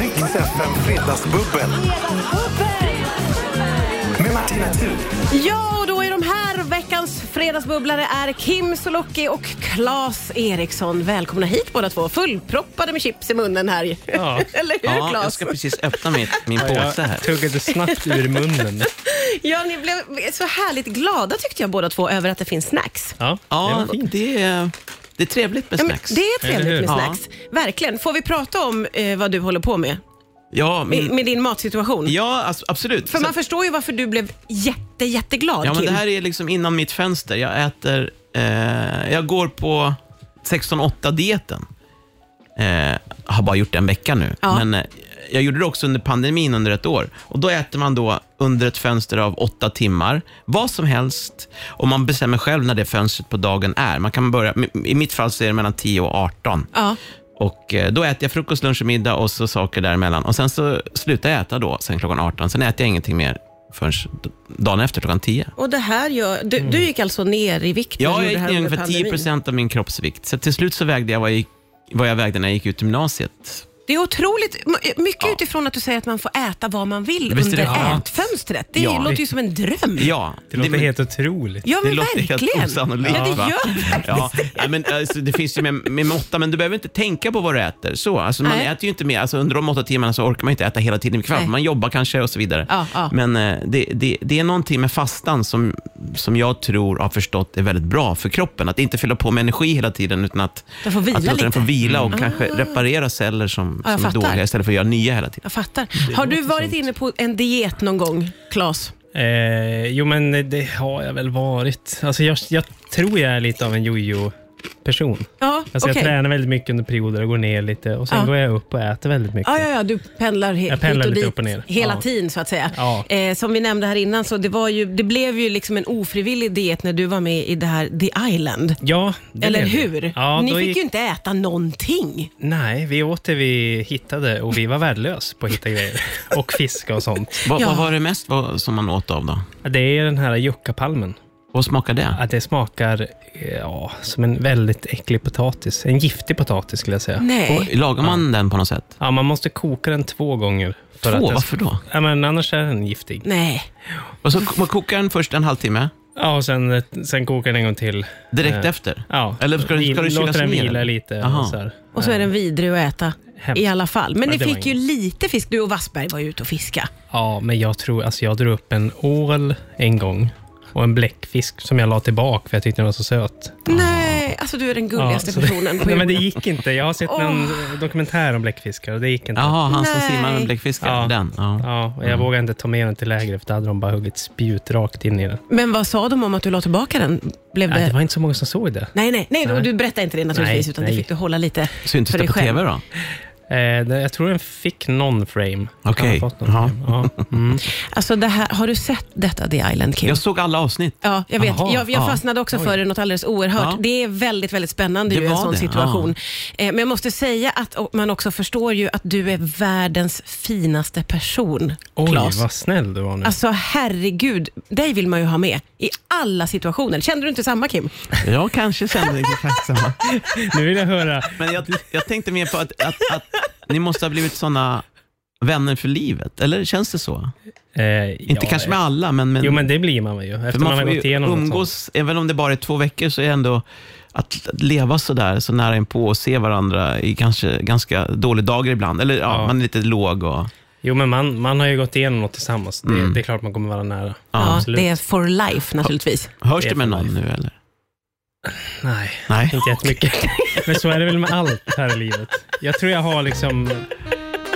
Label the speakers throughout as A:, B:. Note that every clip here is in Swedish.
A: Rix FM Fredagsbubbel med Martina Thun.
B: Ja, och då är de här. Veckans fredagsbubblare är Kim Sulocki och Claes Eriksson. Välkomna hit båda två. Fullproppade med chips i munnen här.
C: Ja.
B: Eller hur
D: Ja, jag
B: Claes?
D: ska precis öppna min, min påse här.
C: Jag tuggade snabbt ur munnen.
B: Ja, ni blev så härligt glada tyckte jag båda två över att det finns snacks.
C: Ja, det
D: Ja,
C: var fint.
D: det är, det är trevligt med
B: Ja, men
D: snacks.
B: det är
C: Eller
B: trevligt
C: hur?
B: med
D: Ja.
B: snacks. Verkligen. Får vi prata om eh, vad du håller på med?
D: Ja,
B: Med,
D: men,
B: med din matsituation?
D: Mm. ja ass- absolut.
B: För
D: Så-
B: Mm. man förstår ju varför du blev jätte, jätteglad
D: ja, men
B: Kim.
D: det här är liksom innan mitt fönster. Jag äter... Eh, jag går på 16-8-dieten. Eh, har bara gjort det en vecka nu.
B: Ja.
D: Men eh, jag gjorde det också under pandemin under ett år. Och Då äter man då under ett fönster av åtta timmar, vad som helst. Och Man bestämmer själv när det fönstret på dagen är. Man kan börja, I mitt fall så är det mellan 10 och 18.
B: Ja.
D: Och eh, Då äter jag frukost, lunch och middag och så saker däremellan. Och Sen så slutar jag äta då, sen klockan 18. Sen äter jag ingenting mer förrän d- dagen efter, klockan 10.
B: Och det här gör, du, du gick alltså ner i vikt? när
D: Ja,
B: du
D: Mm. jag
B: gjorde det
D: gick
B: här
D: ner
B: under
D: ungefär 10
B: pandemin.
D: procent av min kroppsvikt. Så till slut så vägde jag vad jag, gick, vad jag vägde när jag gick ut gymnasiet.
B: Det är otroligt, m- mycket
D: Ja.
B: utifrån att du säger att man får äta vad man vill
D: Visst är
B: under
D: det skönt?
B: ätfönstret. Det
D: Ja.
B: låter ju som en dröm.
D: Ja,
C: Det låter helt otroligt.
B: Ja,
D: det
B: men
D: låter
B: verkligen.
D: helt osannolikt.
B: Ja, det
D: va?
B: gör det.
D: ja, ja, men, alltså, Det finns ju med, med måtta, men du behöver inte tänka på vad du äter. Så, alltså, man
B: Nej.
D: äter ju inte mer, alltså, under de åtta timmarna så orkar man ju inte äta hela tiden ikväll.
B: Nej.
D: Man jobbar kanske och så vidare.
B: Ja, ja.
D: Men eh, det, det, det är någonting med fastan som, som jag tror har förstått är väldigt bra för kroppen. Att inte fylla på med energi hela tiden utan att,
B: Den får vila
D: att låta den
B: lite. Mm. Ah.
D: få vila och kanske reparera celler som,
B: Ja, jag
D: som är
B: fattar.
D: dåliga istället för att göra nya hela tiden.
B: Jag fattar. Har du varit inne på en diet någon gång, Claes?
C: Eh, jo, men det har jag väl varit. Alltså, jag, jag tror jag är lite av en jojo-person.
B: Ja,
C: Alltså,
B: okej.
C: Jag tränar väldigt mycket under perioder och går ner lite och sen
B: Ja.
C: går jag upp och äter väldigt mycket.
B: Ja, ja, ja, du pendlar, he-
C: Jag pendlar
B: hit och
C: lite
B: dit
C: upp och ner.
B: hela
C: Ja.
B: tiden så att säga.
C: Ja.
B: Eh, som vi nämnde här innan så det, var ju, det blev ju liksom en ofrivillig diet när du var med i det här The Island.
C: Ja, det
B: Eller
C: blev det.
B: hur?
C: Ja,
B: Ni
C: då
B: fick
C: gick-
B: ju inte äta någonting.
C: Nej, vi åt det vi hittade och vi var värdelös på att hitta grejer. Och fiska och sånt.
D: Vad,
B: Ja.
D: vad var det mest vad, som man åt av då?
C: Det är den här juckapalmen.
D: Vad smakade det?
C: Att det smakar eh, ja, som en väldigt äcklig potatis. En giftig potatis skulle jag säga.
B: Nej.
D: Lagar man den på något sätt?
C: Ja, man måste koka den två gånger. För
D: Två,
C: att den-
D: varför då?
C: Ja, men annars är den giftig.
B: Nej.
D: Och så man kokar den först en halvtimme,
C: Ja, och sen, sen kokar den en gång till.
D: direkt
C: Eh,
D: efter.
C: Ja,
D: Eller ska du- ska du kylas
C: Låter den
D: ner,
C: vila
D: eller?
C: lite.
D: Aha.
C: Och så här. Eh,
B: Och så är den vidrig att äta
C: Hemskt.
B: i alla fall. Men
C: Ja,
B: ni
C: det var
B: fick ju lite fisk. Du och Wassberg var ju ute och fiska.
C: Ja, men jag tror, alltså jag drog upp en ål en gång och en bläckfisk som jag la tillbaka för jag tyckte den var så söt.
B: Nej, alltså du är den gulligaste
C: så det-
B: personen på
C: Nej,
B: jorden.
C: men det gick inte. Jag har sett
B: Åh.
C: någon dokumentär om bläckfiskar och det gick inte.
D: Jaha, Mm. han som
B: Nej.
D: simmar med bläckfiskar.
C: Ja.
D: Den. Ja.
C: Ja, och jag vågade inte ta med den till lägret för då hade de bara huggit spjut rakt in i den.
B: Men vad sa de om att du la tillbaka den? Blev det...
C: Nej, det var inte så många som såg det.
B: Nej, nej, nej,
C: Nej.
B: du berättade inte det naturligtvis,
C: Nej,
B: utan det
C: nej.
B: fick du hålla lite
D: Syntes
B: för
D: det
B: dig
D: på
B: själv.
D: tv då?
C: Eh, det- jag tror den fick någon frame.
D: Okej.
C: Den har fått någon
D: Ja.
C: frame. Ja. Mm.
B: Alltså det här, har du sett detta The Island King?
D: Jag såg alla avsnitt.
B: Ja, jag vet.
C: Jaha,
B: jag jag
D: ja.
B: fastnade också för det, något alldeles oerhört.
D: Ja.
B: Det är väldigt, väldigt spännande
D: Det
B: ju, en
D: var
B: sån
D: det,
B: situation. Eh, Men jag måste säga att och man också förstår ju att du är världens finaste person,
C: Oj,
B: Claes.
C: vad snäll du var
D: Mm.
C: nu.
B: Alltså herregud, dig vill man ju ha med i alla situationer. Kände du inte samma Kim?
D: Ja, kanske sen.
C: Nu vill jag höra.
D: Men jag, jag tänkte mer på att, att, att ni måste ha blivit såna vänner för livet. Eller känns det så?
C: Eh,
D: Inte
C: ja,
D: kanske med
C: eh,
D: alla, men... men
C: Jo, men det blir man ju.
D: för
C: Efter man,
D: man
C: har
D: får
C: gått
D: ju
C: igenom något sånt.
D: umgås, även om det bara är två veckor, så är ändå att att leva så där så nära inpå och se varandra i kanske ganska dåliga dagar ibland. Eller ja,
C: Ja.
D: man är lite låg och...
C: Jo, men man, man har ju gått igenom något tillsammans. Det,
D: Mm.
C: det är klart man kommer vara nära. absolut.
B: det är for life naturligtvis.
D: Hörs
C: Det är
D: det med
C: för
D: någon
C: life.
D: nu eller?
C: Nej,
D: Nej.
C: inte jättemycket. men så är det väl med allt här i livet. Jag tror jag har liksom...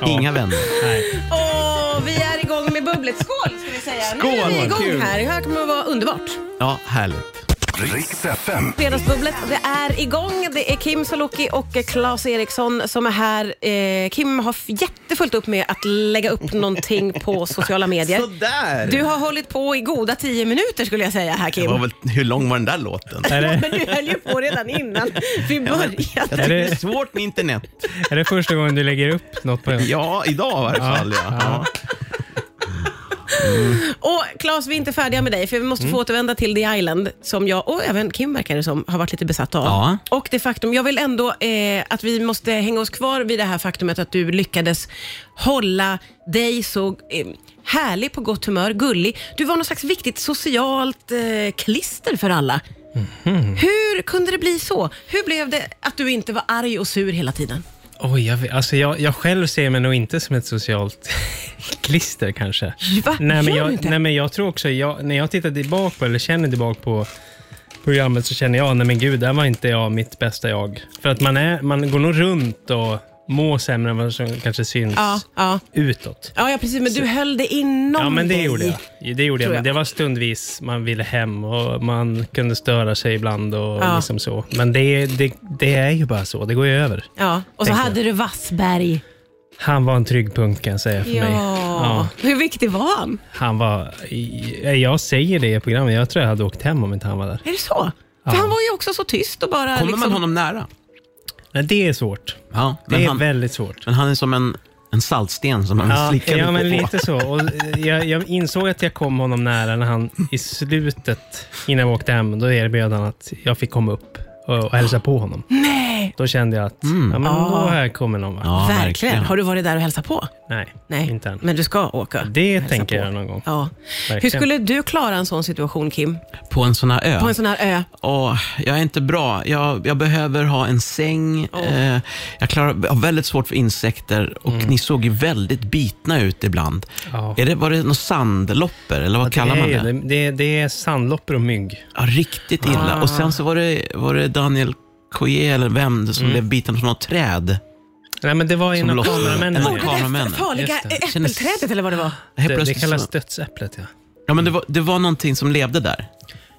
C: ja,
D: Inga vänner.
C: Nej.
B: Åh, vi är igång med bubblet. Skål ska vi säga. nu är vi
D: Skål,
B: igång
D: kul.
B: här. Det här kommer att vara underbart.
D: Ja, härligt.
A: Rix FM.
B: Fredagsbubblet, det är igång. Det är Kim Sulocki och Claes Eriksson som är här. Eh, Kim har f- jättefullt upp med att lägga upp någonting på sociala medier.
D: Sådär!
B: Du har hållit på i goda tio minuter skulle jag säga här
D: Det var
B: Kim.
D: väl, hur lång var den där låten?
C: Är det,
B: Men du höll ju på redan innan vi
D: Jag
B: började.
D: tycker det
C: det-
D: är svårt med internet.
C: är det första gången du lägger upp något på
D: Ja, idag i varje fall. Ja. Ja.
B: Och Claes, vi är inte färdiga med dig, för vi måste
C: Mm.
B: få återvända till The Island, som jag och även Kim verkar det som har varit lite besatt av.
D: Ja.
B: Och det faktum, jag vill ändå eh, att vi måste hänga oss kvar vid det här faktumet att du lyckades hålla dig så eh, härlig, på gott humör, gullig. Du var något slags viktigt socialt eh, klister för alla.
C: Mhm.
B: Hur kunde det bli så? Hur blev det att du inte var arg och sur hela tiden?
C: Oj, jag, vet- alltså jag, jag själv ser mig nog inte som ett socialt klister kanske.
B: Va?
C: Nej,
B: Gör
C: men
B: du
C: jag,
B: inte?
C: nej, men jag tror också, jag, när jag tittar tillbaka på, eller känner tillbaka på programmet så känner jag, nej men gud, där var inte jag mitt bästa jag. För att man, är, man går nog runt och mår sämre än vad som kanske syns
B: Ja, ja.
C: utåt.
B: Ja, ja, precis. Men du höll det inom
C: Ja, men det
B: dig.
C: gjorde jag. Det gjorde jag.
B: tror
C: Men det var stundvis man ville hem och man kunde störa sig ibland och
B: Ja.
C: liksom så. Men det, det, det är ju bara så. Det går ju över.
B: Ja, och så
C: Tänkte
B: hade du Wassberg.
C: Han var en trygg punkt kan jag säga för mig. Ja,
B: Hur viktig var han?
C: han var... Jag säger det i programmet. Jag tror jag hade åkt hem om inte han var där.
B: Är det så? För han var ju också så tyst och bara...
D: Kommer
B: liksom...
D: man honom nära?
C: Nej, det är svårt.
D: Ja,
C: Det
D: men,
C: är
D: han,
C: väldigt svårt.
D: men han är som en, en saltsten som man
C: Ja,
D: slickar
C: ja, men
D: på.
C: lite så. Och eh, jag, jag insåg att jag kom honom nära när han i slutet, innan jag åkte hem, då erbjöd han att jag fick komma upp och, och hälsa på honom.
B: Nej,
C: Då kände jag att, ja men då här kommer någon va?
D: Mm. Ja,
B: verkligen. Har du varit där och hälsat på?
C: Nej,
B: Nej,
C: inte än.
B: men du ska åka.
C: Det
B: och hälsa
C: tänker
B: på.
C: jag någon gång.
B: Ja. Hur
C: Verkligen.
B: skulle du klara en sån situation, Kim?
D: På en sån här ö.
B: På en sån här ö?
D: Åh, jag är inte bra. Jag, jag behöver ha en säng. Eh, jag klarar, jag har väldigt svårt för insekter och ni såg ju väldigt bitna ut ibland.
C: Mm. Ja.
D: Är det, var det någon sandlopper eller vad kallar man
C: det?
D: det?
C: är- Det, det är sandloppor och mygg.
D: Ja, riktigt illa.
C: Ah.
D: Och sen så var det, var det Daniel Coyer eller vem det som
C: Mm.
D: blev biten från något träd.
C: Nej, men det var en av
D: lossnar.
C: kameramännen.
D: En
C: ja.
D: av kameramän-
B: det där
D: Kameramännen.
B: farliga
C: Just det.
D: Kändes-
B: äppelträdet eller vad det var?
D: Helt
C: Det, det
D: plötsligt
C: kallas
D: så,
C: dödsäpplet, ja.
D: ja, men det, var, det var någonting som levde där.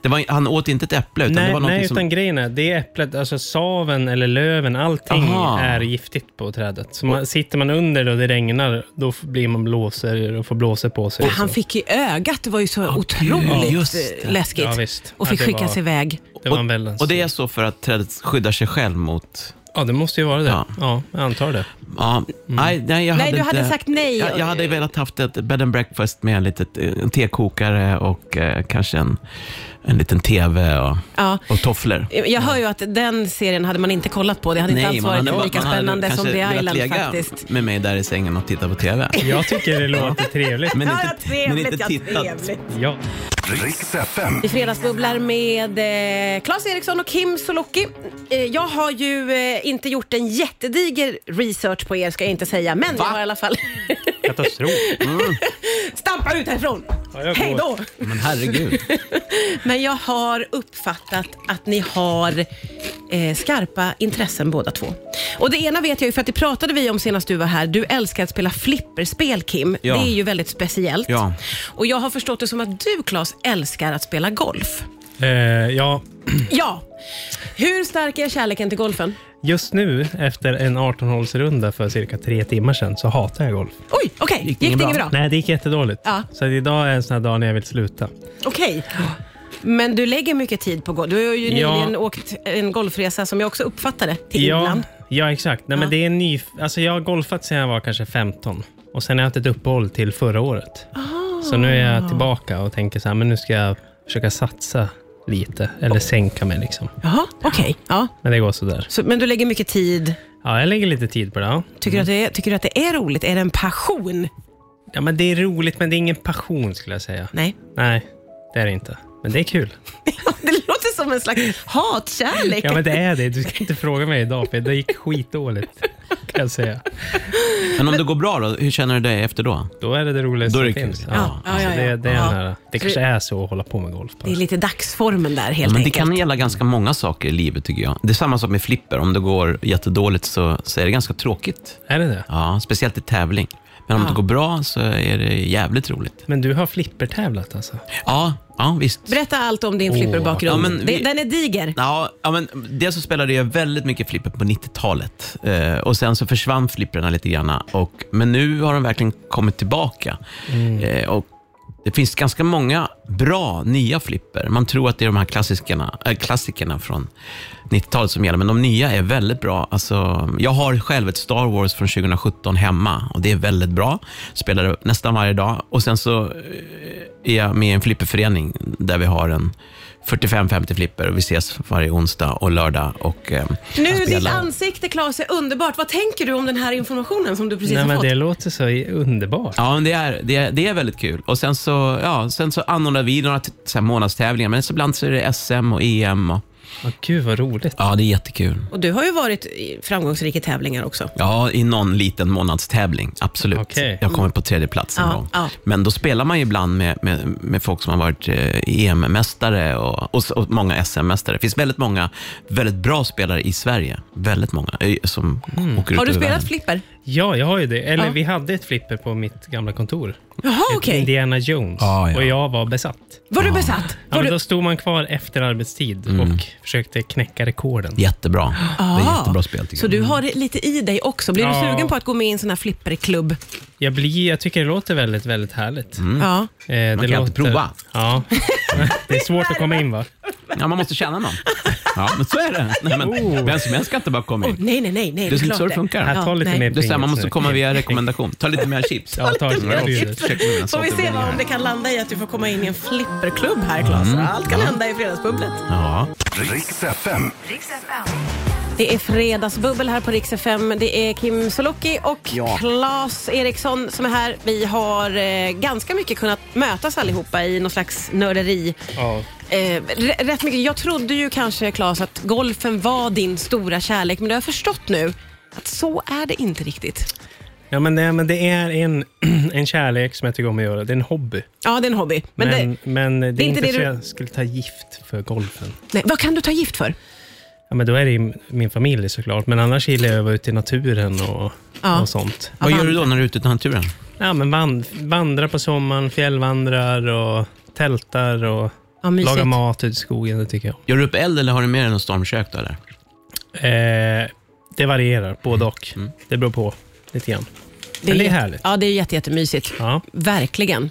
D: Det var, han åt inte ett äpple utan det
C: nej,
D: var någonting
C: nej
D: som...
C: utan grejen är, det äpplet, alltså saven eller löven, allting
D: Aha.
C: är giftigt på trädet. Så man, sitter man under och det regnar, då f- blir man blåser och får blåser på sig. liksom.
B: Och
C: och
B: han
C: så.
B: fick ju ögat. Det var ju så
D: gud,
B: otroligt
D: just det.
B: eh, läskigt.
C: Ja, visst.
B: Och fick
C: Ja, det
B: skickas
C: var-
B: iväg.
C: det var en väldans...
D: och det är så för att trädet skyddar sig själv mot...
C: Ja, det måste ju vara det.
D: Ja.
C: Ja, jag antar det.
D: Ja, nej, nej, jag
B: Nej, du
D: hade inte,
B: hade sagt nej.
D: Jag, jag hade velat haft ett bed and breakfast med en, litet, en tekokare och eh, kanske en, en liten TV och,
B: Ja.
D: och tofflor.
B: Jag hör ju att den serien hade man inte kollat på. Det hade inte alls varit
D: bara-
B: lika
D: man hade
B: spännande som
D: kanske
B: The
D: velat
B: Island
D: ligga
B: faktiskt.
D: med mig där i sängen och titta på TV.
C: Jag tycker det låter trevligt.
D: Men
B: Ja, vad
D: inte, men
B: trevligt,
D: inte
B: ja,
D: tittat.
B: trevligt.
C: Ja.
A: Riks FM.
B: Vi fredagsbubblar med eh, Claes Eriksson och Kim Solocki. Eh, jag har ju eh, inte gjort en jättediger research på er, ska jag inte säga, men jag har i alla fall
C: Katastrof.
B: stampar ut härifrån.
C: Ja, jag går.
B: Hej då!
D: Men herregud.
B: Men jag har uppfattat att ni har eh, skarpa intressen båda två. Och Det ena vet jag ju för att det pratade vi om senast du var här. Du älskar att spela flipperspel Kim.
D: Ja.
B: Det är ju väldigt speciellt.
D: Ja.
B: Och Jag har förstått det som att du Claes älskar att spela golf.
C: Eh, ja,
B: Ja. Hur stark är kärleken till golfen?
C: just nu efter en 18-hålsrunda för cirka tre timmar sedan så hatar jag golf.
B: Oj, okej. Gick det inget bra?
C: Nej, det gick jättedåligt.
B: Ja.
C: Så att idag är en sån här dag när jag vill sluta.
B: Okej. Men du lägger mycket tid på golf. Du har ju
C: Ja.
B: nyligen åkt en golfresa som jag också uppfattade till Irland.
C: ja exakt. Nej,
B: Ja.
C: men det är en ny, alltså jag har golfat sedan jag var kanske 15 och sen har jag haft ett uppehåll till förra året.
B: Ah.
C: Så nu är jag tillbaka och tänker så här, men nu ska jag försöka satsa lite eller sänka mig. Liksom.
B: Jaha, okej. Ja.
C: Men det går sådär.
B: Så, men du lägger mycket tid.
C: Ja, jag lägger lite tid på det. Ja.
B: Tycker, du att det är, tycker du att det är roligt? Är det en passion?
C: Ja, men det är roligt, men det är ingen passion skulle jag säga.
B: Nej.
C: Nej, det är det inte. Men det är kul.
B: Det låter som en slags hatkärlek.
C: Ja, men det är det. Du ska inte fråga mig idag, för det gick skitdåligt. Kan jag säga.
D: Men om det går bra då, hur känner du dig efter då?
C: Då är det det roligaste
D: Då är det
C: som
D: kul.
C: finns.
D: Ja.
B: Ja,
C: alltså
B: ja, ja.
C: Det, det, är
B: Ja.
C: den här, det kanske är så att hålla på med golf.
B: Det är lite dagsformen där helt
D: Ja, men det
B: enkelt.
D: kan gälla ganska många saker i livet tycker jag. Det är samma sak med flipper. Om det går jättedåligt så, så är det ganska tråkigt.
C: Är det det?
D: Ja, speciellt i tävling. Men om
B: Ja.
D: det går bra så är det jävligt roligt.
C: Men du har flippertävlat alltså?
D: Ja, ja visst.
B: Berätta allt om din flipperbakgrund.
D: Ja, men vi-
B: Det- Den är diger.
D: Ja, ja, men dels så spelade jag väldigt mycket flipper på 90-talet eh, och sen så försvann flipprarna lite grann. Och, men nu har de verkligen kommit tillbaka. Eh, och Det finns ganska många bra nya flipper. Man tror att det är de här klassikerna, äh, klassikerna från 90-talet som gäller, men de nya är väldigt bra. Alltså, jag har själv ett Star Wars från 2017 hemma och det är väldigt bra. Spelar det nästan varje dag och sen så eh, är jag med i en flipperförening där vi har en 45-50 flipper och vi ses varje onsdag och lördag. Och, eh,
B: Nu ditt
D: spelar.
B: ansikte Claes är underbart. Vad tänker du om den här informationen som du precis
C: Nej,
B: har
C: men
B: fått?
C: det låter så underbart.
D: Ja, men det är, det, är, det är väldigt kul. Och Sen så, ja, sen så anordnar vi några t- så här månadstävlingar, men så ibland så är det SM och EM. Och,
C: Åh, Gud, vad roligt.
D: ja, det är jättekul.
B: Och du har ju varit i framgångsrik i tävlingar också.
D: Ja, i någon liten månadstävling. Absolut.
C: Okej.
D: Jag kommer på tredje plats en
B: Ja,
D: gång.
B: ja.
D: Men då spelar man ju ibland med, med, med folk som har varit eh, EM-mästare och, och, s- och många SM-mästare. Det finns väldigt många väldigt bra spelare i Sverige. Väldigt många eh, som
C: Mm.
D: åker ut
B: Har du
D: över
B: spelat
D: världen.
B: flipper?
C: Ja, jag har ju det. Eller
B: Ja.
C: vi hade ett flipper på mitt gamla kontor.
B: Jaha,
C: Ett
B: okej.
C: Indiana Jones.
D: Ah, ja.
C: Och jag var besatt.
B: Var du besatt?
C: Ja,
B: Var
C: men
B: du...
C: då stod man kvar efter arbetstid
D: Mm.
C: och försökte knäcka rekorden.
D: Jättebra. Det är
B: Ah.
D: jättebra spel tycker
B: Så
D: jag.
B: du har det lite i dig också. Blir du
C: Ja.
B: sugen på att gå med i en sån här flipperklubb?
C: Jag, blir, jag tycker det låter väldigt, väldigt härligt.
B: Ja.
C: Eh,
D: Mm. Man
C: det
D: kan alltid prova.
C: Ja. Det är svårt att komma in va?
D: Ja, man måste känna någon. Ja, men så är det. Nej, men
C: Oh.
D: Vem som helst kan inte bara komma in.
B: Oh, Nej, nej, nej. nej
D: Det är
B: klart
D: så det funkar.
C: Här, ta lite
B: nej.
C: mer
D: Det är så här, man
C: Pringles
D: måste
C: nu.
D: komma via rekommendation. Ta lite mer chips.
C: Ja, ta lite mer Pringles.
D: Försök med den här
B: Får vi
D: sorten
B: se vad,
D: här.
B: om det kan landa i att du får komma in i en flipperklubb här, Claes.
C: Mm.
B: Allt kan hända i Fredagsbubblet.
D: Ja.
A: Riks FM.
E: Riks FM.
B: Det är fredagsbubbel här på Rix FM. Det är Kim Sulocki och Claes Eriksson som är här. Vi har eh, ganska mycket kunnat mötas allihopa i någon slags nörderi.
C: Ja.
B: Eh, r- rätt mycket. Jag trodde ju kanske, Claes, att golfen var din stora kärlek, men det har jag förstått nu att så är det inte riktigt.
C: Ja, men det, men det är en, en kärlek som jag tycker om att göra. Det är en hobby.
B: Ja, det är en hobby. Men,
C: Men, men,
B: det,
C: det, är
B: det är
C: inte
B: inte det
C: så
B: du-
C: jag skulle ta gift för golfen.
B: nej, vad kan du ta gift för?
C: Ja, men då är det ju min familj såklart, men annars gillar jag att vara ute i naturen och,
B: Ja.
C: och sånt.
D: Vad gör du då när du är ute i naturen?
C: Ja, men vand, vandra på sommaren, fjällvandrar och tältar och
B: Ja, mysigt.
C: laga mat ute i skogen, det tycker jag om.
D: Gör du upp eld eller har du med dig något stormkök? Då, eller?
C: Eh, det varierar, både och. Det beror på lite grann. men det är
B: jätte-
C: härligt.
B: Ja, det är jätte, jättemysigt.
C: Ja.
B: Verkligen.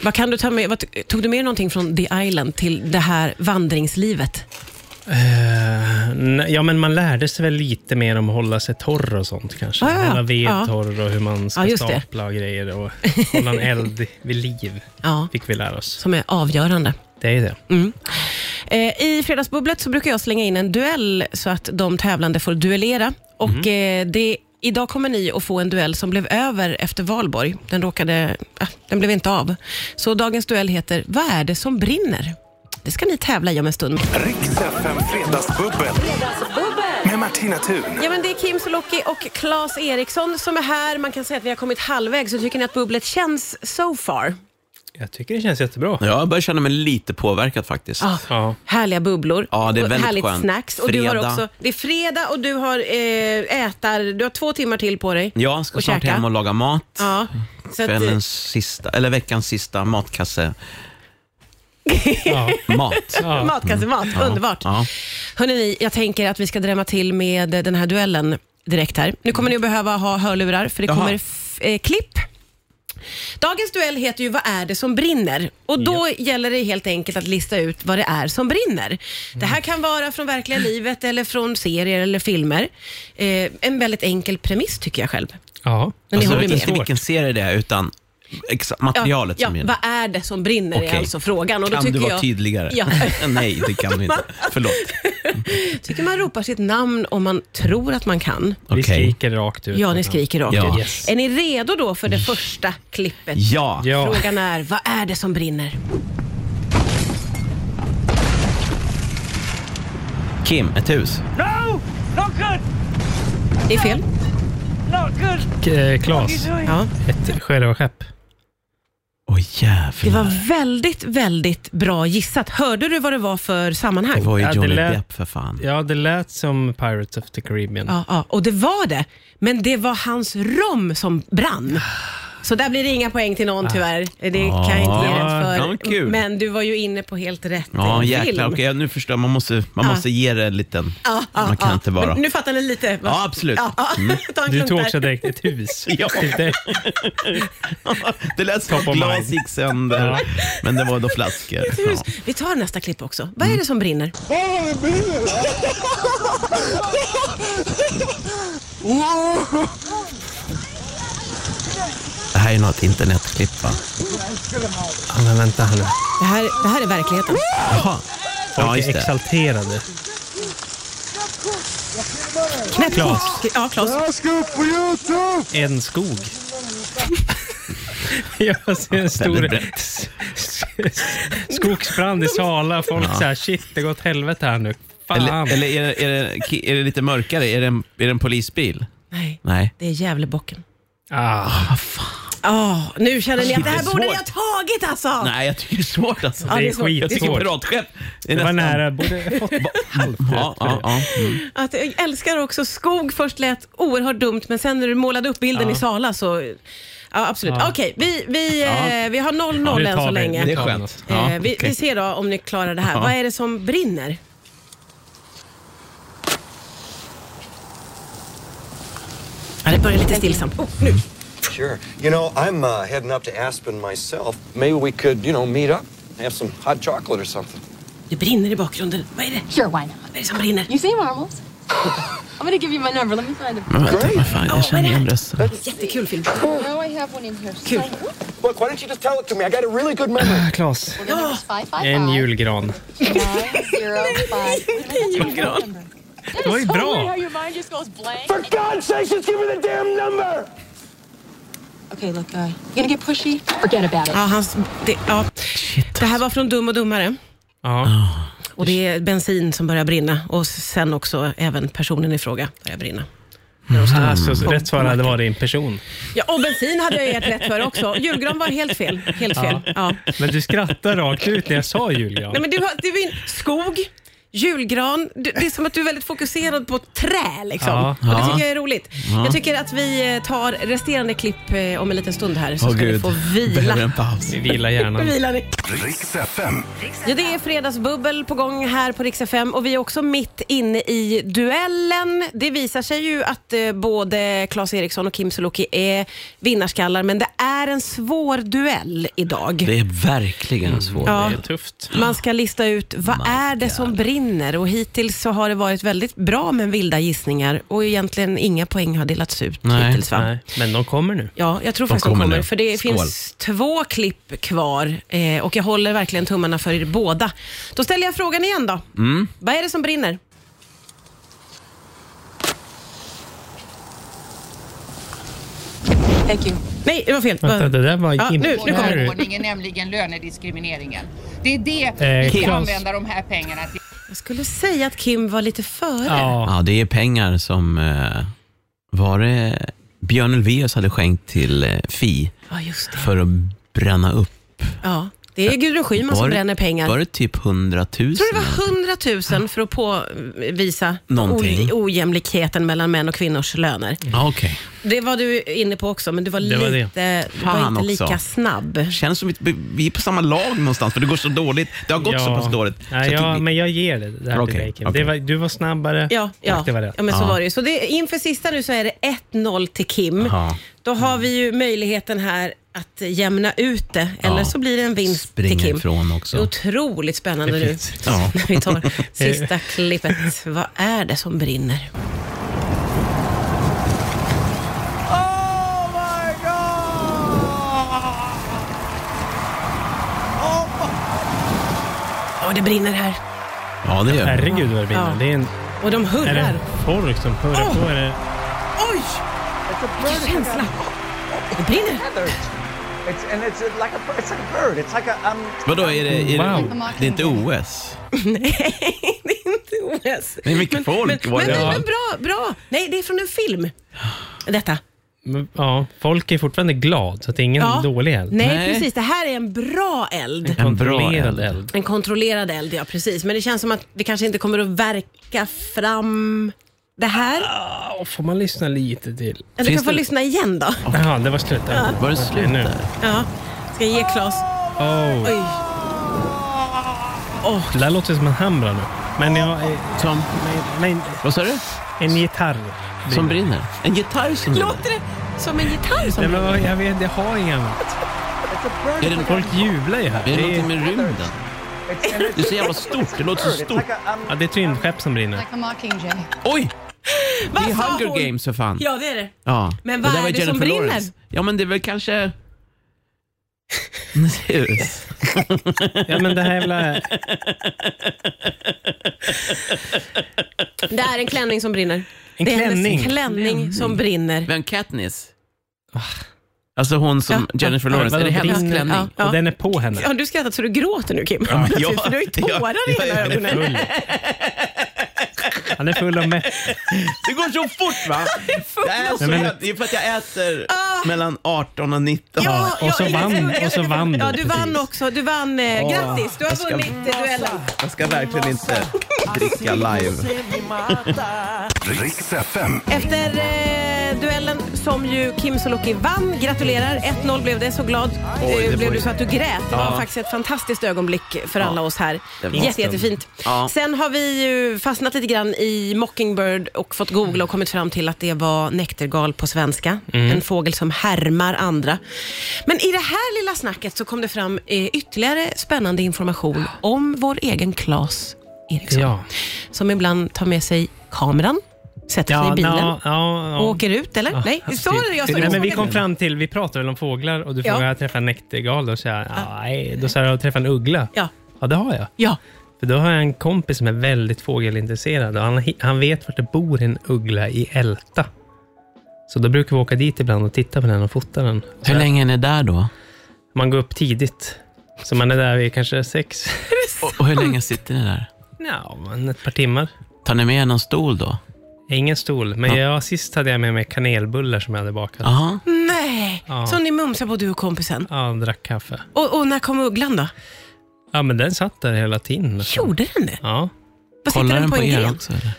B: Vad kan du ta med, vad, tog du med dig någonting från The Island till det här vandringslivet?
C: Eh, nej, ja, men man lärde sig väl lite mer om att hålla sig torr och sånt kanske.
B: Ah, Ja, ja, ja.
C: Hålla ved
B: Ja.
C: torr och hur man ska
B: Ja, just det.
C: stapla och grejer och hålla en eld vid liv,
B: Ja. Mm.
C: fick vi lära oss.
B: som är avgörande.
C: Det är det.
B: Eh, I Fredagsbubblet så brukar jag slänga in en duell så att de tävlande får duellera. Och eh, det, idag kommer ni att få en duell som blev över efter valborg. Den råkade, ah, den blev inte av. Så dagens duell heter Vad är det som brinner? Det ska ni tävla i om en stund.
A: Riks FM Fredagsbubbel. Med Martina Thun.
B: Ja, men det är Kim Sulocki och Claes Eriksson som är här. Man kan säga att vi har kommit halvvägs. Hur tycker ni att bubblet känns so far?
C: Jag tycker det känns jättebra.
D: Jag börjar känna mig lite påverkad faktiskt.
B: Ah,
C: Ja.
B: Härliga bubblor
D: Ja, det är
B: och
D: väldigt
B: härligt
D: skönt.
B: snacks. Och du har
D: Fredag.
B: också, det är fredag och du har eh, ätar, du har två timmar till på dig.
D: Jag ska
B: Och
D: snart
B: käka.
D: hem och laga mat.
B: Ja, så att,
D: Kvällens sista, eller veckans sista matkasse.
C: Ja.
D: Mat.
C: Ja.
B: matkasse mat, underbart.
D: Ja.
B: Hörrni, ni, jag tänker att vi ska drämma till med den här duellen direkt här. Nu kommer ni att behöva ha hörlurar för det
D: Jaha.
B: kommer f- eh, klipp. Dagens duell heter ju Vad är det som brinner? Och då gäller det helt enkelt att lista ut vad det är som brinner. Det
D: Mm.
B: här kan vara från verkliga livet eller från serier eller filmer. Eh, en väldigt enkel premiss tycker jag själv.
C: ja.
B: Men ni
D: Alltså,
B: håller
D: vilken,
B: med.
D: inte vilken serie det är, utan exa-
B: Ja,
D: materialet
B: ja,
D: som gäller.
B: Vad är det som brinner är
D: Okej.
B: alltså frågan. Och då
D: Kan
B: tycker
D: du vara
B: jag,
D: tydligare?
B: Ja.
D: Nej, det kan du inte. Förlåt.
B: tycker man ropar sitt namn om man tror att man kan.
C: Vi
D: Okej.
C: skriker rakt ut.
B: Ja, ni skriker rakt
D: Ja.
B: ut.
C: Yes.
B: Är ni redo då för det första klippet?
D: Ja.
C: Ja.
B: Frågan är, vad är det som brinner?
D: Kim, ett hus.
F: No! Not good!
B: Det är fel.
F: Not good! What
C: K- eh,
F: are you
C: Klas,
F: doing?
B: Ja.
C: ett sjörövarskepp.
D: Åh
B: Det
D: jävlar.
B: var väldigt, väldigt bra gissat. Hörde du vad det var för
D: Det
B: sammanhang?
D: var ju
C: Ja, det
D: Johnny
C: lät-
D: Depp för fan.
C: Ja, det lät som Pirates of the Caribbean.
B: Ja, ja, och det var det. Men det var hans rom som brann. Så där blir det inga poäng till någon tyvärr. Det kan jag inte ge
D: Ah. Ja, det var
B: rätt för.
D: kul.
B: Men du var ju inne på helt rätt
D: Ja,
B: eh,
D: jäklar.
B: film.
D: Okej, jag nu förstår jag. Man måste, man
B: Ja.
D: måste ge det en liten...
B: Ja, ja,
D: man kan
B: ja.
D: inte bara...
B: Men nu fattar ni lite.
D: Ja, absolut. Mm.
B: Ja, ja. Ta en
C: Du
B: klunk
C: tog
B: där.
C: också direkt ett hus.
D: Ja.
C: Typ det.
D: det lät som att
C: Top of
D: glas
C: mind.
D: gick sönder,
C: Ja.
D: men det var då flaskor.
B: Hus. Vi tar nästa klipp också. Vad är
D: Mm.
B: det som brinner?
D: Det här är något internetklipp, va?
C: Ja, men vänta här nu.
B: Det här, det här är verkligheten.
D: Jaha. Ja,
C: Folk är
D: just det.
C: exalterade.
B: Knäpp
C: Klas.
B: Ja, Klas.
C: En skog. Jag ser en stor
D: Väldigt brett.
C: skogsbrand i Sala. Folk så här, shit, det går åt helvete här nu. Fan.
D: Eller, eller är, det, är, det, ki- är det lite mörkare? Är det en, är det en polisbil?
B: Nej,
D: Nej.
B: det är Gävlebocken.
C: Ah,
B: Åh, nu känner ni att det här
D: Shit,
B: borde
D: Alltså, det
B: ni
D: är
B: ha tagit alltså.
D: Nej, jag tycker det är svårt alltså.
B: det är
C: det är
B: svårt.
D: Jag tycker
C: skitsvårt.
D: piratskepp. är
C: Det var
D: nästan-
C: nära. Borde fått halvt
D: Ja, ja, ja. Mm.
B: Att jag älskar också skog. Först lät oerhört dumt, men sen när du målade upp bilden i Sala så... Ja, absolut.
C: Ja.
B: Okej, vi, vi,
D: Ja.
B: eh, vi har 0-0
C: Nu
B: än
C: tar
B: så
C: vi-
B: länge.
C: nu
D: Det är
C: tar vi
D: skönt.
C: något.
D: Ja,
B: eh, vi,
D: okej.
B: vi ser då om ni klarar det här.
D: Ja.
B: Vad är det som brinner? Ja, det börjar lite stillsamt. Oh, nu.
E: Sure. You know, I'm uh, heading up to Aspen myself. Maybe we could, you know, meet up, have some hot chocolate or something.
B: Det brinner i bakgrunden. Vad är det?
G: Sure, why not?
B: Vad är det som brinner?
G: You seem harmless. I'm gonna give you my number. Let me find it.
D: Men vänta, vad fan, jag känner igen rösten.
B: Jättekul film.
G: No, I have one in here.
B: Cute.
E: Look, why don't you just tell it to me? I got a really good memory.
C: Ah, Klas,
G: Number's five five
C: en
G: five,
C: julgran.
G: nine, zero, five. That's your phone number. That
C: Det var
G: is
C: ju
G: so weird how
C: bra.
G: your mind just goes blank.
E: For God's sake, just give me the damn number!
G: Okay, look, uh, you gonna get pushy? Forget about it.
B: Ja, hans, det, ja. det här var från Dum och Dummare.
C: Ja.
B: Och det är bensin som börjar brinna och sen också även personen i fråga börjar brinna. När de står
C: Alltså,
B: på-
C: rätt svar
B: på
C: hade
B: marken.
C: varit en person.
B: Ja, och bensin hade jag gett rätt för också. Julgran var helt fel. Helt fel. Ja.
C: Men du skrattar rakt ut när jag sa julgran.
B: Nej, men du, har- du är en skog, julgran. Du, det är som att du är väldigt fokuserad på trä. Liksom.
C: Ja.
B: Och det
D: Ja.
B: tycker jag är roligt. Jag tycker att vi eh, tar resterande klipp eh, om en liten stund här så
D: Åh
B: ska ni
D: gud,
B: få vila.
D: behöver en paus.
C: Vi vilar hjärnan.
B: Vila ni.
A: Riks FM.
B: Ja, det är fredagsbubbel på gång här på Rix FM och vi är också mitt inne i duellen. Det visar sig ju att eh, både Claes Eriksson och Kim Sulocki är vinnarskallar, men det är en svår duell idag.
D: Det är verkligen en svår
B: Ja.
C: Det är tufft.
B: Man ska lista ut vad
D: My
B: är det
D: God.
B: som brinner och hittills så har det varit väldigt bra med vilda gissningar och egentligen inga poäng har delats ut
D: Nej,
B: hittills. Va?
C: Nej, men de kommer nu.
B: Ja, jag tror faktiskt
D: kommer
B: de kommer.
D: nu.
B: För det
D: Skål.
B: finns två klipp kvar eh, och jag håller verkligen tummarna för er båda. Då ställer jag frågan igen då.
D: Mm.
B: Vad är det som brinner?
G: Thank you.
B: Nej, det var fel.
C: Vänta, det där var
B: Ja, nu- nu
C: inte...
B: kommer
C: Där-
H: ordningen, nämligen lönediskrimineringen. Det är det
C: Eh,
H: vi ska
C: Klas.
H: använda de här pengarna till.
B: Jag skulle säga att Kim var lite före.
C: Ja,
D: Ja, det är pengar som eh, var det Björn Ulvaeus hade skänkt till eh, Fi
B: Ja, just det.
D: för att bränna upp.
B: Ja, det är Gudrun Schyman som
D: Var det-
B: bränner pengar.
D: Var det typ 100 000?
B: Jag tror det var 100 000 för att påvisa
D: Någonting.
B: oj- ojämlikheten mellan män och kvinnors löner.
D: Ja, okej.
B: Det var du inne på också, men du var
C: Mm. Det var det.
B: lite, du var
D: Fan
B: inte
D: också.
B: lika snabb.
D: Känns som vi, vi är på samma lag någonstans, för det går så dåligt. Det har gått så pass dåligt. Så
C: Nej,
D: jag
C: ja,
D: tycker-
C: men jag ger det, det här
D: Okej,
C: till dig, Kim.
D: okej.
C: Det var, Du var snabbare
B: Ja, ja.
C: och det var rätt.
B: ja men så
D: Ja.
B: var det ju. Så det, inför sista nu så är det 1-0 till Kim.
D: Ja.
B: Då har vi ju möjligheten här att jämna ut det, eller
D: Ja.
B: så blir det en vinst till
D: Springer
B: Kim.
D: ifrån också.
B: Otroligt spännande
C: Det
B: nu.
C: finns-
D: Ja.
B: När vi tar sista klippet. Vad är det som brinner?
F: Oh my god!
B: Ja, det brinner här.
D: Ja, det gör vi.
C: Herregud vad det brinner.
B: Ja.
C: Det är, en,
B: Och de
C: är
B: hurrar.
C: det folk som hurrar
B: Åh!
C: på? Är det,
B: Oj! Vilken känsla. Det brinner.
F: It's and it's like a it's like a bird. It's like a um.
D: Vadå, är det, är
C: Wow.
D: det, det är inte OS?
B: Nej, det är inte OS.
D: Det är mycket
B: Men,
D: folk.
B: men,
D: var det.
B: men, men bra, bra. Nej, det är från en film. Detta.
C: men, ja, folk är fortfarande glad, så att det är ingen
B: Ja.
C: dålig eld.
B: Nej,
D: Nej.
B: precis. Det här är en bra eld.
D: En bra
C: Kontrollerad
D: eld.
C: eld.
B: En kontrollerad eld, ja precis. Men det känns som att vi kanske inte kommer att verka fram det här.
C: Ah, får man lyssna lite till?
B: Eller du
D: Finns
B: kan få
D: det-
B: lyssna igen då.
C: Jaha, det var slut där.
D: Var det
C: Okej,
D: slut
C: nu.
D: där?
B: Ja. Ska jag ge Claes?
C: Oh,
B: Oj.
C: det där låter som en hamra nu. Men jag... eh,
D: Som,
C: Nej, nej,
D: vad sa du?
C: en gitarr.
D: Som brinner? En gitarr som brinner?
B: Låter det som en gitarr?
C: Nej,
B: Som...
C: men vad- jag vet, jag har inga annat.
D: Är det,
C: Folk jublar ju här.
D: är det
C: Det
D: någonting
C: är,
D: med rymden?
F: It's, and it's,
D: Det är så jävla stort. Det låter så
F: it's
D: stort.
F: like a, um,
C: ja, det är ett rymdskepp som brinner.
G: Like a mockingjay.
D: Oj!
B: Vad
D: Det är
B: sa
D: Hunger
B: hon?
D: Games för fan.
B: Alltså, Ja, det är det.
D: Ja.
B: Men
D: Det
B: vad
D: där
B: är
D: var
B: det som
D: Jennifer
B: brinner?
D: Lawrence. Ja, men det är väl kanske... Precis.
C: Ja, men det här jävla...
B: Det är en klänning som brinner.
C: En
B: det är
C: klänning.
B: hennes klänning Mm. som brinner.
D: Vem? Katniss? Alltså hon som
B: Ja,
D: Jennifer
C: ja,
D: Lawrence. Är det
C: vadå,
D: hennes
C: brinner?
D: klänning?
B: Ja.
C: Och den är på henne.
B: Har du skrattat så du gråter nu Kim? Ja, för du har ju tårar i hela
C: Han är
B: ögonen.
C: full. Han är full av mätt.
D: Det går så fort va? Det är, så
C: men-
D: jävla- det är för att jag äter mellan 18 och 19.
B: Ah. Ja,
C: och så
B: jag- jag-
C: vann-
B: jag-
C: och så vann du,
B: Ja, du vann
C: precis.
B: också. Du vann. Eh, grattis, du har
D: ska-
B: vunnit eh, duellen.
D: Jag ska verkligen inte
B: Alltså,
D: dricka live.
A: Riks FM.
B: Efter eh, duellen som ju Kim Sulocki vann, gratulerar. 1-0 blev det. Så glad
D: Oj, det
B: eh,
D: var
B: blev
D: ju-
B: du så att du grät. Det
D: Ja.
B: var faktiskt ett fantastiskt ögonblick för alla oss här.
D: det var
B: Jätte,
D: det.
B: jättefint.
D: Ja.
B: Sen har vi ju fastnat lite grann i Mockingbird och fått googla och kommit fram till att det var näktergal på svenska.
D: Mm.
B: En fågel som härmar andra. Men i det här lilla snacket så kom det fram eh, ytterligare spännande information om vår egen Claes Eriksson.
C: Ja.
B: Som ibland tar med sig kameran, sätter sig i bilen.
C: ja, ja, ja. Ah,
B: Och åker ut eller? Nej, det står det jag
C: Nej, men vi kom
B: står
C: fram till, vi pratade väl om fåglar och du
B: Ja.
C: frågade har jag träffat en näktergal och så jag, nej, då sa jag, har du träffat en uggla?
B: Ja.
C: ja, det har jag.
B: Ja.
C: För då har jag en kompis som är väldigt fågelintresserad och han, han vet vart det bor en uggla i Älta. Så då brukar vi åka dit ibland och titta på den och fota den. Så
D: Hur länge är ni där då?
C: Man går upp tidigt. Så man är där vid kanske sex,
D: Och hur
B: Mm.
D: länge sitter ni där?
C: ja, men ett par timmar.
D: Tar ni med er någon stol då?
C: Ingen stol, men jag, sist hade jag med mig kanelbullar som jag hade bakat.
D: Jaha.
B: Nej,
C: Ja.
B: som ni mumsar på du och kompisen.
C: Ja, och drack kaffe.
B: Och, och när kom ugglan då?
C: Ja, men den satt där hela tiden.
B: Gjorde den det?
C: Ja.
B: Vad sitter
D: Kollar
B: den
D: den på
B: en
D: er
B: gren?
D: också eller?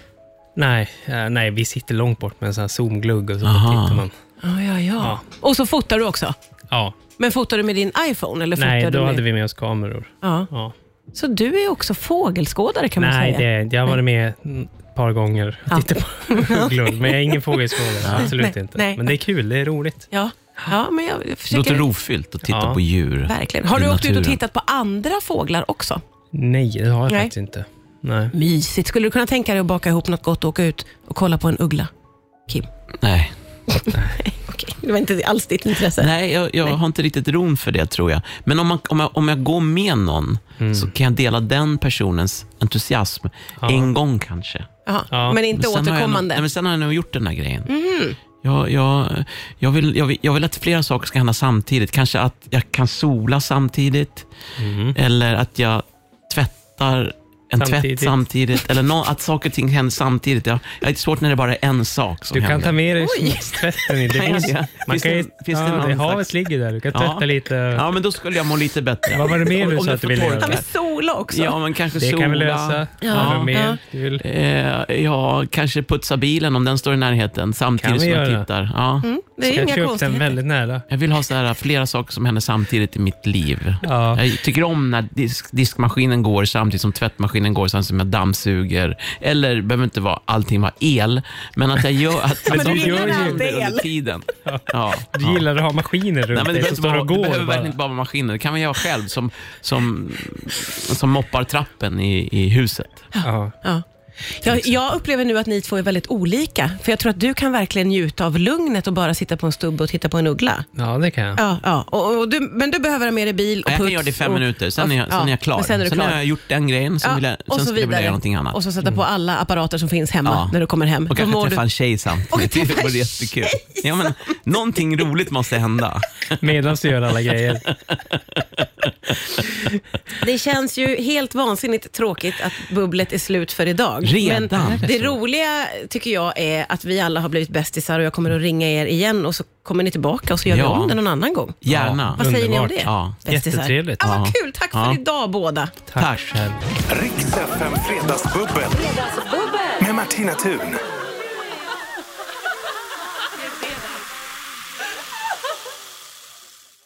C: Nej, eh, nej, vi sitter långt bort med en sån här zoomglugg och så
D: Aha.
C: tittar man.
B: Ja, ja, ja. Och så fotar du också.
C: Ja.
B: Men fotar du med din iPhone? Eller fotar
C: Nej,
B: du
C: då
B: med...
C: hade vi med oss kameror.
B: Ja.
C: Ja.
B: Så du är också fågelskådare kan man
C: Nej,
B: säga?
C: det, är- jag har varit med ett par gånger och
B: Ja.
C: tittat på ugglor. Men jag är ingen fågelskådare, absolut
B: Nej,
C: inte.
B: nej.
C: Men det är kul, det är roligt.
B: Ja. ja, men jag
D: Det
B: försöker...
D: låter rofyllt att titta
C: Ja.
D: på djur.
B: Verkligen. Har
D: i
B: du åkt ut och
D: naturen.
B: tittat på andra fåglar också?
C: Nej, det har jag
B: Nej.
C: faktiskt inte. Nej.
B: Mysigt. Skulle du kunna tänka dig att baka ihop något gott och åka ut och kolla på en uggla? Kim?
D: Nej,
B: Okej, det var inte alls ditt intresse.
D: Nej jag, jag har inte riktigt ron för det tror jag. Men om, man, om, jag, om jag går med någon
C: Mm.
D: så kan jag dela den personens entusiasm en gång kanske.
B: Jaha,
C: Ja.
B: Men inte
D: sen Har jag, nog-
B: återkommande.
D: nej, men sen har jag nog gjort den här grejen.
C: Mhm.
D: Jag, jag, jag, vill, jag, vill, jag vill att flera saker ska hända samtidigt. Kanske att jag kan sola samtidigt.
C: Mhm.
D: Eller att jag tvättar en
C: Samtidigt.
D: tvätt samtidigt. Eller nå- att saker och ting händer samtidigt. Jag, jag har lite svårt när det bara är en sak som
C: Du kan
D: händer.
C: ta med dig smutstvätten. i- Det
D: Kan jag
C: finns,
D: det?
C: man
D: Finns
C: kan ju,
D: det- finns det
C: ja,
D: någon
C: det
D: slags-
C: havet ligger där, du kan
D: Ja.
C: tvätta lite.
D: Ja, men då skulle jag må lite bättre.
C: Vad var det mer
D: Om-
C: du
D: om
C: sa
D: det
C: att du ville
D: förtorkar.
B: Han
C: göra?
B: vill sola också.
D: Ja, men kanske
C: Det
D: sola.
C: kan vi lösa.
B: Ja.
C: Vad var det
B: Ja.
C: mer du vill?
D: Eh, ja, kanske putsa bilen om den står i närheten
C: Kan
D: samtidigt
C: vi
D: som jag
C: göra?
D: tittar. Ja.
B: Det är
C: Ska jag
B: inga
C: köpa den
B: konstigheter.
C: väldigt nära?
D: Jag vill ha så här, flera saker som händer samtidigt i mitt liv.
C: Ja.
D: Jag tycker om när disk, diskmaskinen går samtidigt som tvättmaskinen går samtidigt som jag dammsuger. Eller det behöver inte vara allting vara el, men att jag gör att
C: Men du
D: de
C: gillar
D: händer
C: allt
B: är el.
D: under tiden. Ja. Ja.
C: Du gillar att ha maskiner runt
D: Nej, men det,
C: dig
D: behöver
C: som
D: inte
C: står
D: vara,
C: och
D: det
C: går.
D: behöver
C: bara.
D: verkligen inte bara vara maskiner. Det kan man göra själv som, som, som moppar trappen i, i huset.
C: Ja.
B: Ja. Jag, jag upplever nu att ni två är väldigt olika. För jag tror att du kan verkligen njuta av lugnet och bara sitta på en stubbe och titta på en uggla.
C: ja, det kan jag.
B: Ja, ja. Och, och du, men du behöver ha med dig bil och
D: Ja, jag kan
B: puts
D: göra det i fem
B: och,
D: minuter, sen är jag,
B: ja,
D: sen är jag klar.
B: men Sen är du klar.
D: har jag gjort den grejen, sen,
B: Ja,
D: vill jag,
B: och
D: sen
B: så
D: skulle jag vilja
B: vidare.
D: göra någonting annat. Mm.
B: Och så sätta på alla apparater som finns hemma
D: Ja.
B: när du kommer hem.
D: Och
B: Då mår
D: kanske
B: du-
D: träffa en tjej samtidigt.
B: träffa
D: Det vore
B: en
D: jättekul. Ja, men, någonting roligt måste hända.
C: Medan du gör alla grejer.
B: Det känns ju helt vansinnigt tråkigt att bubblet är slut för idag.
D: Redan?
B: Men det roliga tycker jag är att vi alla har blivit bästisar och jag kommer att ringa er igen och så kommer ni tillbaka och så gör vi
D: Ja.
B: om det någon annan gång.
D: Gärna.
B: Vad säger ni om
C: underbart.
B: det?
D: Ja,
B: Bästisar.
C: jättetrevligt.
B: Ah, vad
D: Ja.
B: kul, tack för
D: Ja.
B: idag båda.
D: Tack.
A: Riks FM Fredagsbubbel. Med Martina Thun.